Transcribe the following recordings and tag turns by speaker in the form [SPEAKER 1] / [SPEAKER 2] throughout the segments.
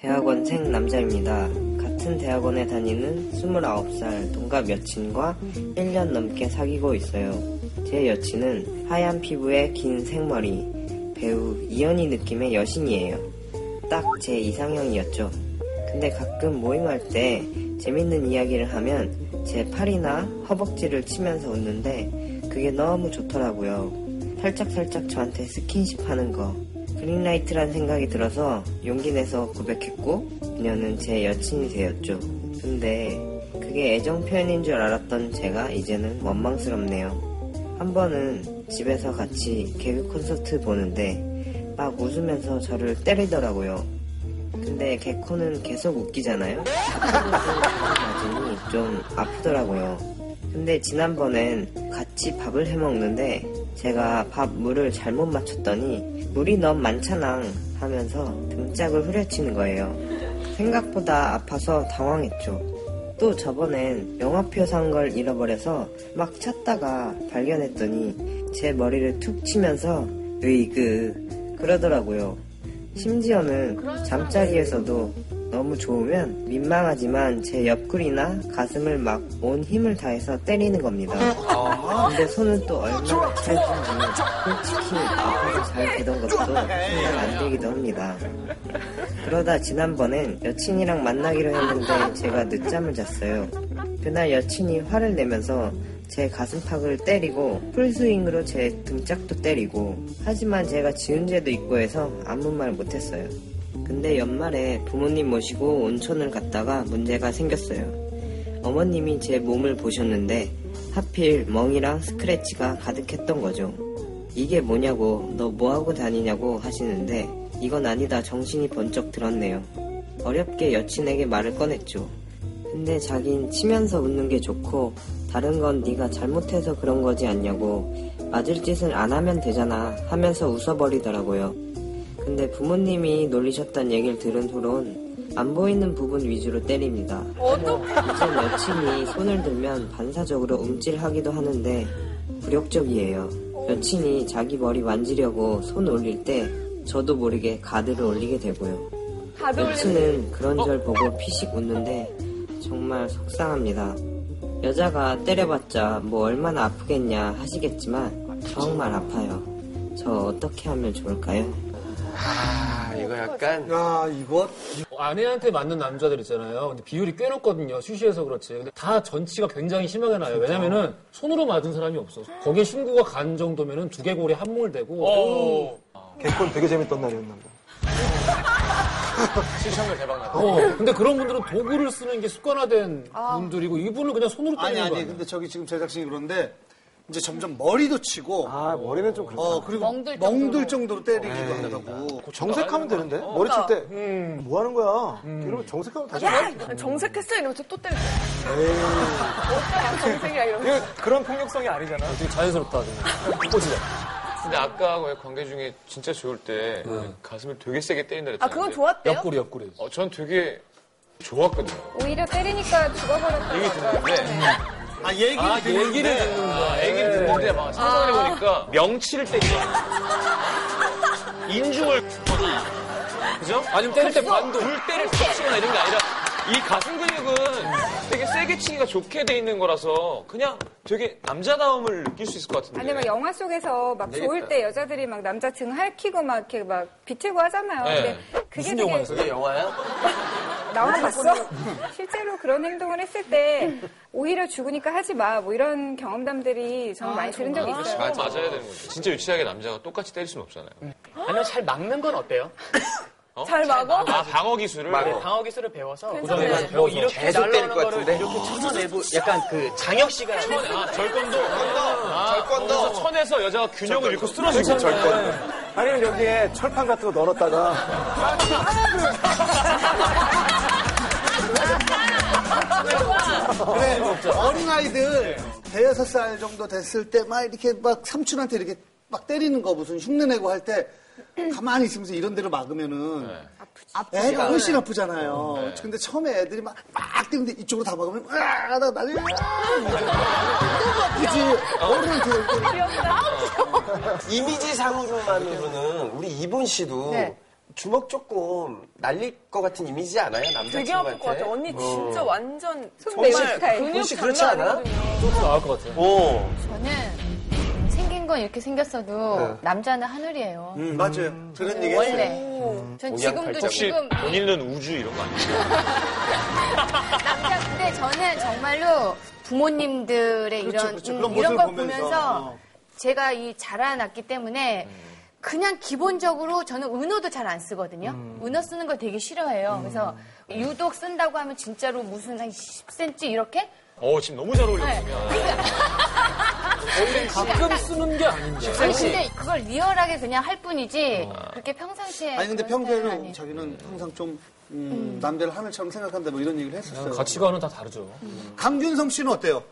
[SPEAKER 1] 대학원생 남자입니다. 같은 대학원에 다니는 29살 동갑 여친과 1년 넘게 사귀고 있어요. 제 여친은 하얀 피부에 긴 생머리, 배우 이연희 느낌의 여신이에요. 딱 제 이상형이었죠. 근데 가끔 모임할 때 재밌는 이야기를 하면 제 팔이나 허벅지를 치면서 웃는데 그게 너무 좋더라고요. 살짝살짝 저한테 스킨십 하는 거. 그린라이트란 생각이 들어서 용기 내서 고백했고 그녀는 제 여친이 되었죠. 근데 그게 애정 표현인 줄 알았던 제가 이제는 원망스럽네요. 한 번은 집에서 같이 개그 콘서트 보는데 막 웃으면서 저를 때리더라고요. 근데 개코는 계속 웃기잖아요? 맞으니 좀 아프더라고요. 근데 지난번엔 같이 밥을 해 먹는데 제가 밥 물을 잘못 맞췄더니 물이 너무 많잖아 하면서 등짝을 후려치는 거예요. 생각보다 아파서 당황했죠. 또 저번엔 영화표 산 걸 잃어버려서 막 찾다가 발견했더니 제 머리를 툭 치면서 으이그 그러더라고요. 심지어는 잠자리에서도 너무 좋으면 민망하지만 제 옆구리나 가슴을 막 온 힘을 다해서 때리는 겁니다. 근데 손은 또 얼마나 짧은지 솔직히 아파서 잘 되던 것도 생각 안 되기도 합니다. 그러다 지난번엔 여친이랑 만나기로 했는데 제가 늦잠을 잤어요. 그날 여친이 화를 내면서 제 가슴팍을 때리고 풀스윙으로 제 등짝도 때리고 하지만 제가 지은죄도 있고 해서 아무 말 못했어요. 근데 연말에 부모님 모시고 온천을 갔다가 문제가 생겼어요. 어머님이 제 몸을 보셨는데 하필 멍이랑 스크래치가 가득했던 거죠. 이게 뭐냐고 너 뭐하고 다니냐고 하시는데 이건 아니다 정신이 번쩍 들었네요. 어렵게 여친에게 말을 꺼냈죠. 근데 자긴 치면서 웃는 게 좋고 다른 건 네가 잘못해서 그런 거지 않냐고 맞을 짓을 안 하면 되잖아 하면서 웃어버리더라고요. 근데 부모님이 놀리셨단 얘기를 들은 후론 안 보이는 부분 위주로 때립니다. 이젠 여친이 손을 들면 반사적으로 움찔하기도 하는데 굴욕적이에요. 여친이 자기 머리 만지려고 손 올릴 때 저도 모르게 가드를 올리게 되고요. 여친은 그런 절 보고 피식 웃는데 정말 속상합니다. 여자가 때려봤자 뭐 얼마나 아프겠냐 하시겠지만 정말 아파요. 저 어떻게 하면 좋을까요?
[SPEAKER 2] 아, 이거 약간
[SPEAKER 3] 야, 이거
[SPEAKER 4] 어, 아내한테 맞는 남자들 있잖아요. 근데 비율이 꽤 높거든요. 수시해서 그렇지. 근데 다 전치가 굉장히 심하게 나요. 왜냐면은 손으로 맞은 사람이 없어. 거기에 흉구가 간 정도면은 두개골이 한 몸을 대고
[SPEAKER 3] 어. 아. 개콘 되게 재밌던 날이었나 보다.
[SPEAKER 2] 실천을 대박 났다.
[SPEAKER 4] 어, 근데 그런 분들은 도구를 쓰는 게 습관화된
[SPEAKER 3] 아.
[SPEAKER 4] 분들이고 이분은 그냥 손으로 때리는
[SPEAKER 5] 아니
[SPEAKER 4] 거아니
[SPEAKER 5] 아니 근데 저기 지금 제작진이 그런데 이제 점점 머리도 치고
[SPEAKER 3] 아, 머리는 좀 그렇다.
[SPEAKER 5] 어 그리고 멍들
[SPEAKER 6] 멍들
[SPEAKER 5] 정도로,
[SPEAKER 6] 정도로.
[SPEAKER 5] 때리기도 한다고
[SPEAKER 3] 그 정색하면 되는데 머리 칠 때 뭐 하는 거야? 이러면 정색하면 다시
[SPEAKER 7] 야! 정색했어? 이러면서 또 때려. 어때? 정색이야, 이러면서.
[SPEAKER 3] 그런 폭력성이 아니잖아.
[SPEAKER 4] 되게 자연스럽다. 그냥. 꽂히자.
[SPEAKER 2] 근데 아까하고의 관계 중에 진짜 좋을 때 가슴을 되게 세게 때린다
[SPEAKER 7] 아,
[SPEAKER 2] 그랬잖아요.
[SPEAKER 7] 그건 좋았대요?
[SPEAKER 4] 옆구리 옆구리.
[SPEAKER 2] 어, 전 되게 좋았거든요. 네.
[SPEAKER 6] 오히려 때리니까 죽어버렸다.
[SPEAKER 2] 얘기 듣는데
[SPEAKER 5] 아 얘기를
[SPEAKER 4] 아, 얘기를 듣는
[SPEAKER 2] 아, 얘기를 듣는데 막 상상을 해보니까 명치를 때리고 인중을 그죠? 아니면 때릴 때 반도 물때를 탁치거나 이런 게 아니라 이 가슴 근육은 되게 세게 치기가 좋게 돼 있는 거라서 그냥 되게 남자다움을 느낄 수 있을 것 같은데
[SPEAKER 6] 아니 막 영화 속에서 막
[SPEAKER 2] 되겠다.
[SPEAKER 6] 좋을 때 여자들이 막 남자 등 할퀴고 막 이렇게 막 비틀고 하잖아요.
[SPEAKER 2] 네.
[SPEAKER 6] 근데 그게
[SPEAKER 4] 무슨
[SPEAKER 6] 되게
[SPEAKER 4] 영화에서?
[SPEAKER 2] 그게 영화야?
[SPEAKER 6] 나와 봤어? 실제로 그런 행동을 했을 때 오히려 죽으니까 하지 마. 뭐 이런 경험담들이 저는 많이 들은 적이 있어요.
[SPEAKER 2] 맞아. 맞아야 되는 거죠. 진짜 유치하게 남자가 똑같이 때릴 수는 없잖아요.
[SPEAKER 8] 아니면 잘 막는 건 어때요?
[SPEAKER 2] 어?
[SPEAKER 7] 잘 막어?
[SPEAKER 2] 아 방어 기술을
[SPEAKER 8] 방어 기술을 배워서
[SPEAKER 2] 네.
[SPEAKER 4] 고정해가지고
[SPEAKER 8] 뭐
[SPEAKER 4] 배워서.
[SPEAKER 8] 이렇게
[SPEAKER 9] 계속 때릴
[SPEAKER 8] 날라오는
[SPEAKER 9] 것
[SPEAKER 8] 거를
[SPEAKER 9] 같은데?
[SPEAKER 8] 이렇게 쳐내고 약간 그 장혁 씨가
[SPEAKER 2] 아, 절권도 아, 거기서 천에서 여자가 균형을 잃고 쓰러지고
[SPEAKER 3] 아니면 여기에 철판 같은 거 널었다가
[SPEAKER 5] 그래 뭐 어린아이들 대여섯 살 정도 됐을 때 막 이렇게 막 삼촌한테 이렇게 막 때리는 거 무슨 흉내내고 할 때 가만히 있으면서 이런 데로 막으면은 애가 훨씬 아프잖아요.
[SPEAKER 3] 네.
[SPEAKER 5] 근데 처음에 애들이 막, 막 뛰는데 이쪽으로 다 막으면, 으아, 나 난리, 으아! 너무 아프지? 어른한테.
[SPEAKER 9] 아,
[SPEAKER 7] 네.
[SPEAKER 9] 이미지상으로만으로는 우리 이본 씨도 주먹 조금 날릴 것 같은 이미지 않아요?
[SPEAKER 7] 되게 아플 것 같아.
[SPEAKER 9] 남자친구한테. 어.
[SPEAKER 7] 언니 진짜 완전
[SPEAKER 9] 혹시-
[SPEAKER 7] 정말 근육
[SPEAKER 9] 혹시 그렇지
[SPEAKER 7] 장난
[SPEAKER 9] 않아? 어.
[SPEAKER 7] 아니거든요.
[SPEAKER 4] 또 나올 것 같아요.
[SPEAKER 9] 오.
[SPEAKER 10] 저는 생긴 건 이렇게 생겼어도 남자는 하늘이에요.
[SPEAKER 5] 네. 음, 네. 맞아요. 저런 얘기 했어요.
[SPEAKER 10] 원래. 전 지금도
[SPEAKER 9] 옥양팔자.
[SPEAKER 2] 혹시
[SPEAKER 10] 지금
[SPEAKER 2] 본인은 우주 이런 거 아니에요?
[SPEAKER 10] 남자 근데 저는 정말로 부모님들의
[SPEAKER 5] 그렇죠,
[SPEAKER 10] 이런
[SPEAKER 5] 그렇죠.
[SPEAKER 10] 음,
[SPEAKER 5] 그런
[SPEAKER 10] 이런
[SPEAKER 5] 모습을
[SPEAKER 10] 걸
[SPEAKER 5] 보면서,
[SPEAKER 10] 보면서,
[SPEAKER 5] 어. 음.
[SPEAKER 10] 제가 이 자라났기 때문에 그냥 기본적으로 저는 은어도 잘 안 쓰거든요.
[SPEAKER 5] 음.
[SPEAKER 10] 은어 쓰는 걸 되게 싫어해요. 그래서 유독 쓴다고 하면 진짜로 무슨 한 10cm 이렇게
[SPEAKER 2] 어, 지금 너무 잘 어울려.
[SPEAKER 10] 네.
[SPEAKER 4] 가끔 쓰는 게 아닌데.
[SPEAKER 10] 아니, 근데
[SPEAKER 5] 네.
[SPEAKER 10] 그걸 리얼하게 그냥 할 뿐이지 그렇게 평상시에
[SPEAKER 5] 어. 아니 근데
[SPEAKER 10] 그런 스타일은
[SPEAKER 5] 평소에는
[SPEAKER 10] 아니에요.
[SPEAKER 5] 자기는 항상 좀 음, 남자를 하늘처럼 생각한다 뭐 이런 얘기를 했었어요.
[SPEAKER 4] 가치관은 다 다르죠.
[SPEAKER 5] 강균성 씨는 어때요?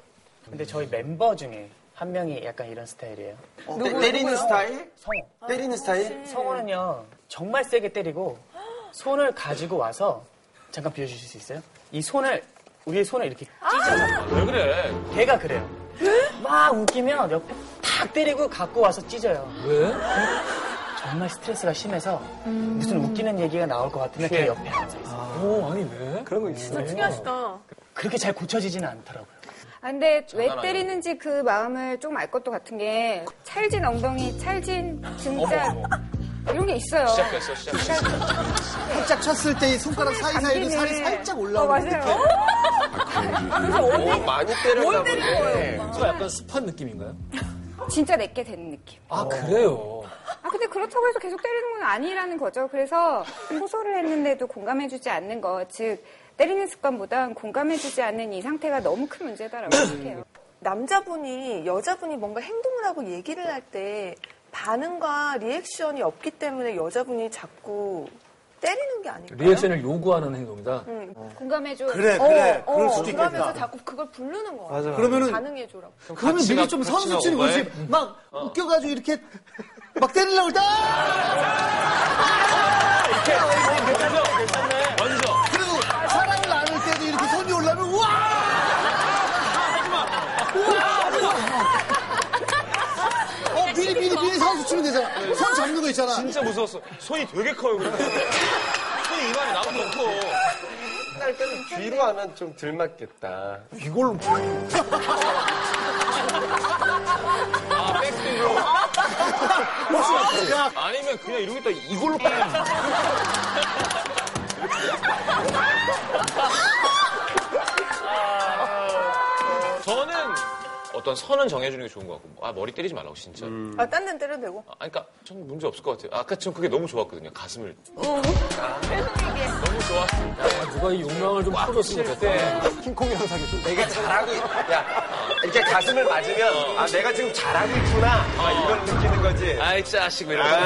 [SPEAKER 8] 근데 저희 멤버 중에 네. 한 명이 약간 이런 스타일이에요.
[SPEAKER 9] 때, 때리는 스타일?
[SPEAKER 8] 성호.
[SPEAKER 9] 때리는 스타일?
[SPEAKER 8] 성호는요, 정말 세게 때리고, 손을 가지고 와서, 잠깐 비워주실 수 있어요? 이 손을, 우리의 손을 이렇게 찢어요.
[SPEAKER 2] 왜 그래?
[SPEAKER 8] 걔가 그래요. 막 웃기면 옆에 탁 때리고 갖고 와서 찢어요.
[SPEAKER 4] 왜?
[SPEAKER 8] 정말 스트레스가 심해서
[SPEAKER 2] 음.
[SPEAKER 8] 무슨 웃기는 얘기가 나올 것 같으면 걔 옆에 앉아있어요.
[SPEAKER 4] 오, 네. 아니, 왜?
[SPEAKER 9] 그런 거 있어요.
[SPEAKER 7] 진짜 특이하시다.
[SPEAKER 8] 그렇게 잘 고쳐지지는 않더라고요.
[SPEAKER 6] 아, 근데 왜
[SPEAKER 2] 장난 아니에요.
[SPEAKER 6] 때리는지 그 마음을 좀 알 것도 같은 게 찰진 엉덩이, 찰진 등짝
[SPEAKER 2] 어머,
[SPEAKER 6] 이런 게 있어요.
[SPEAKER 2] 시작됐어, 시작됐어.
[SPEAKER 5] 살짝 쳤을 때 이 손가락 사이사이로 살이
[SPEAKER 6] 당기네.
[SPEAKER 5] 살짝
[SPEAKER 6] 어,
[SPEAKER 5] 올라오는
[SPEAKER 6] 맞아요.
[SPEAKER 5] 느낌.
[SPEAKER 9] 오, 많이 때렸나 보네.
[SPEAKER 4] 뭔가 약간 습한 느낌인가요?
[SPEAKER 6] 진짜 내게 되는 느낌.
[SPEAKER 4] 아, 그래요.
[SPEAKER 6] 아 근데 그렇다고 해서 계속 때리는 건 아니라는 거죠. 그래서 호소를 했는데도 공감해주지 않는 거, 즉 때리는 습관보단 공감해주지 않는 이 상태가 너무 큰 문제다라고 생각해요.
[SPEAKER 7] 남자분이 여자분이 뭔가 행동을 하고 얘기를 할 때 반응과 리액션이 없기 때문에 여자분이 자꾸 때리는 게 아닐까요?
[SPEAKER 4] 리액션을 요구하는 행동이다.
[SPEAKER 6] 공감해줘.
[SPEAKER 5] 그래 그래
[SPEAKER 7] 어,
[SPEAKER 5] 그럴 수도
[SPEAKER 7] 그러면서
[SPEAKER 5] 있겠다.
[SPEAKER 7] 자꾸 그걸 부르는 거야.
[SPEAKER 5] 그러면은
[SPEAKER 7] 반응해줘라고.
[SPEAKER 5] 그러면
[SPEAKER 2] 같이
[SPEAKER 5] 미리
[SPEAKER 2] 가-
[SPEAKER 5] 좀
[SPEAKER 2] 같이
[SPEAKER 5] 선수 치는
[SPEAKER 2] 가고
[SPEAKER 5] 거지. 막 웃겨가지고 이렇게 막 때리려고 할 때, 아!
[SPEAKER 2] 먼저.
[SPEAKER 5] 그리고 사랑을 나눌 때도 이렇게 손이 올라면 우와! 우와! 어, 미리, 미리, 미리 선수 치면 되잖아. 손 잡는 거 있잖아.
[SPEAKER 2] 진짜 무서웠어. 손이 되게 커요, 근데. 손이 이만해, 나보다 더 커.
[SPEAKER 9] 옛날 때는 뒤로 하면 좀 덜 맞겠다.
[SPEAKER 5] 이걸로.
[SPEAKER 2] 뭐 아, 백스핀으로.
[SPEAKER 5] 야,
[SPEAKER 2] 아니면 그냥 이러겠다. 이걸로 빡. 아. 저는 어떤 선은 정해주는 게 좋은 것 같고, 아, 머리 때리지 말라고, 진짜.
[SPEAKER 7] 아, 딴 데는 때려도 되고.
[SPEAKER 2] 아, 그러니까 전 문제 없을 것 같아요. 아까 전 그게 너무 좋았거든요. 가슴을. 너무 좋았어.
[SPEAKER 4] 아, 누가 이 욕망을 좀 풀어줬으면
[SPEAKER 2] 칠
[SPEAKER 4] 좋겠다.
[SPEAKER 2] 때.
[SPEAKER 3] 킹콩이랑 사귀었어.
[SPEAKER 9] 내가 잘하고, 있- 야, 이렇게 가슴을 맞으면, 아, 내가 지금 잘하고 있구나. 아, 이걸 느끼는 거지.
[SPEAKER 2] 아이 짜식 이러면서.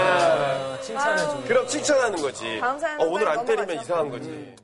[SPEAKER 9] 아, 그럼 칭찬하는 거지.
[SPEAKER 7] 다음 사연
[SPEAKER 9] 어, 오늘 안
[SPEAKER 7] 빨리
[SPEAKER 9] 때리면
[SPEAKER 7] 넘어가죠.
[SPEAKER 9] 이상한 거지.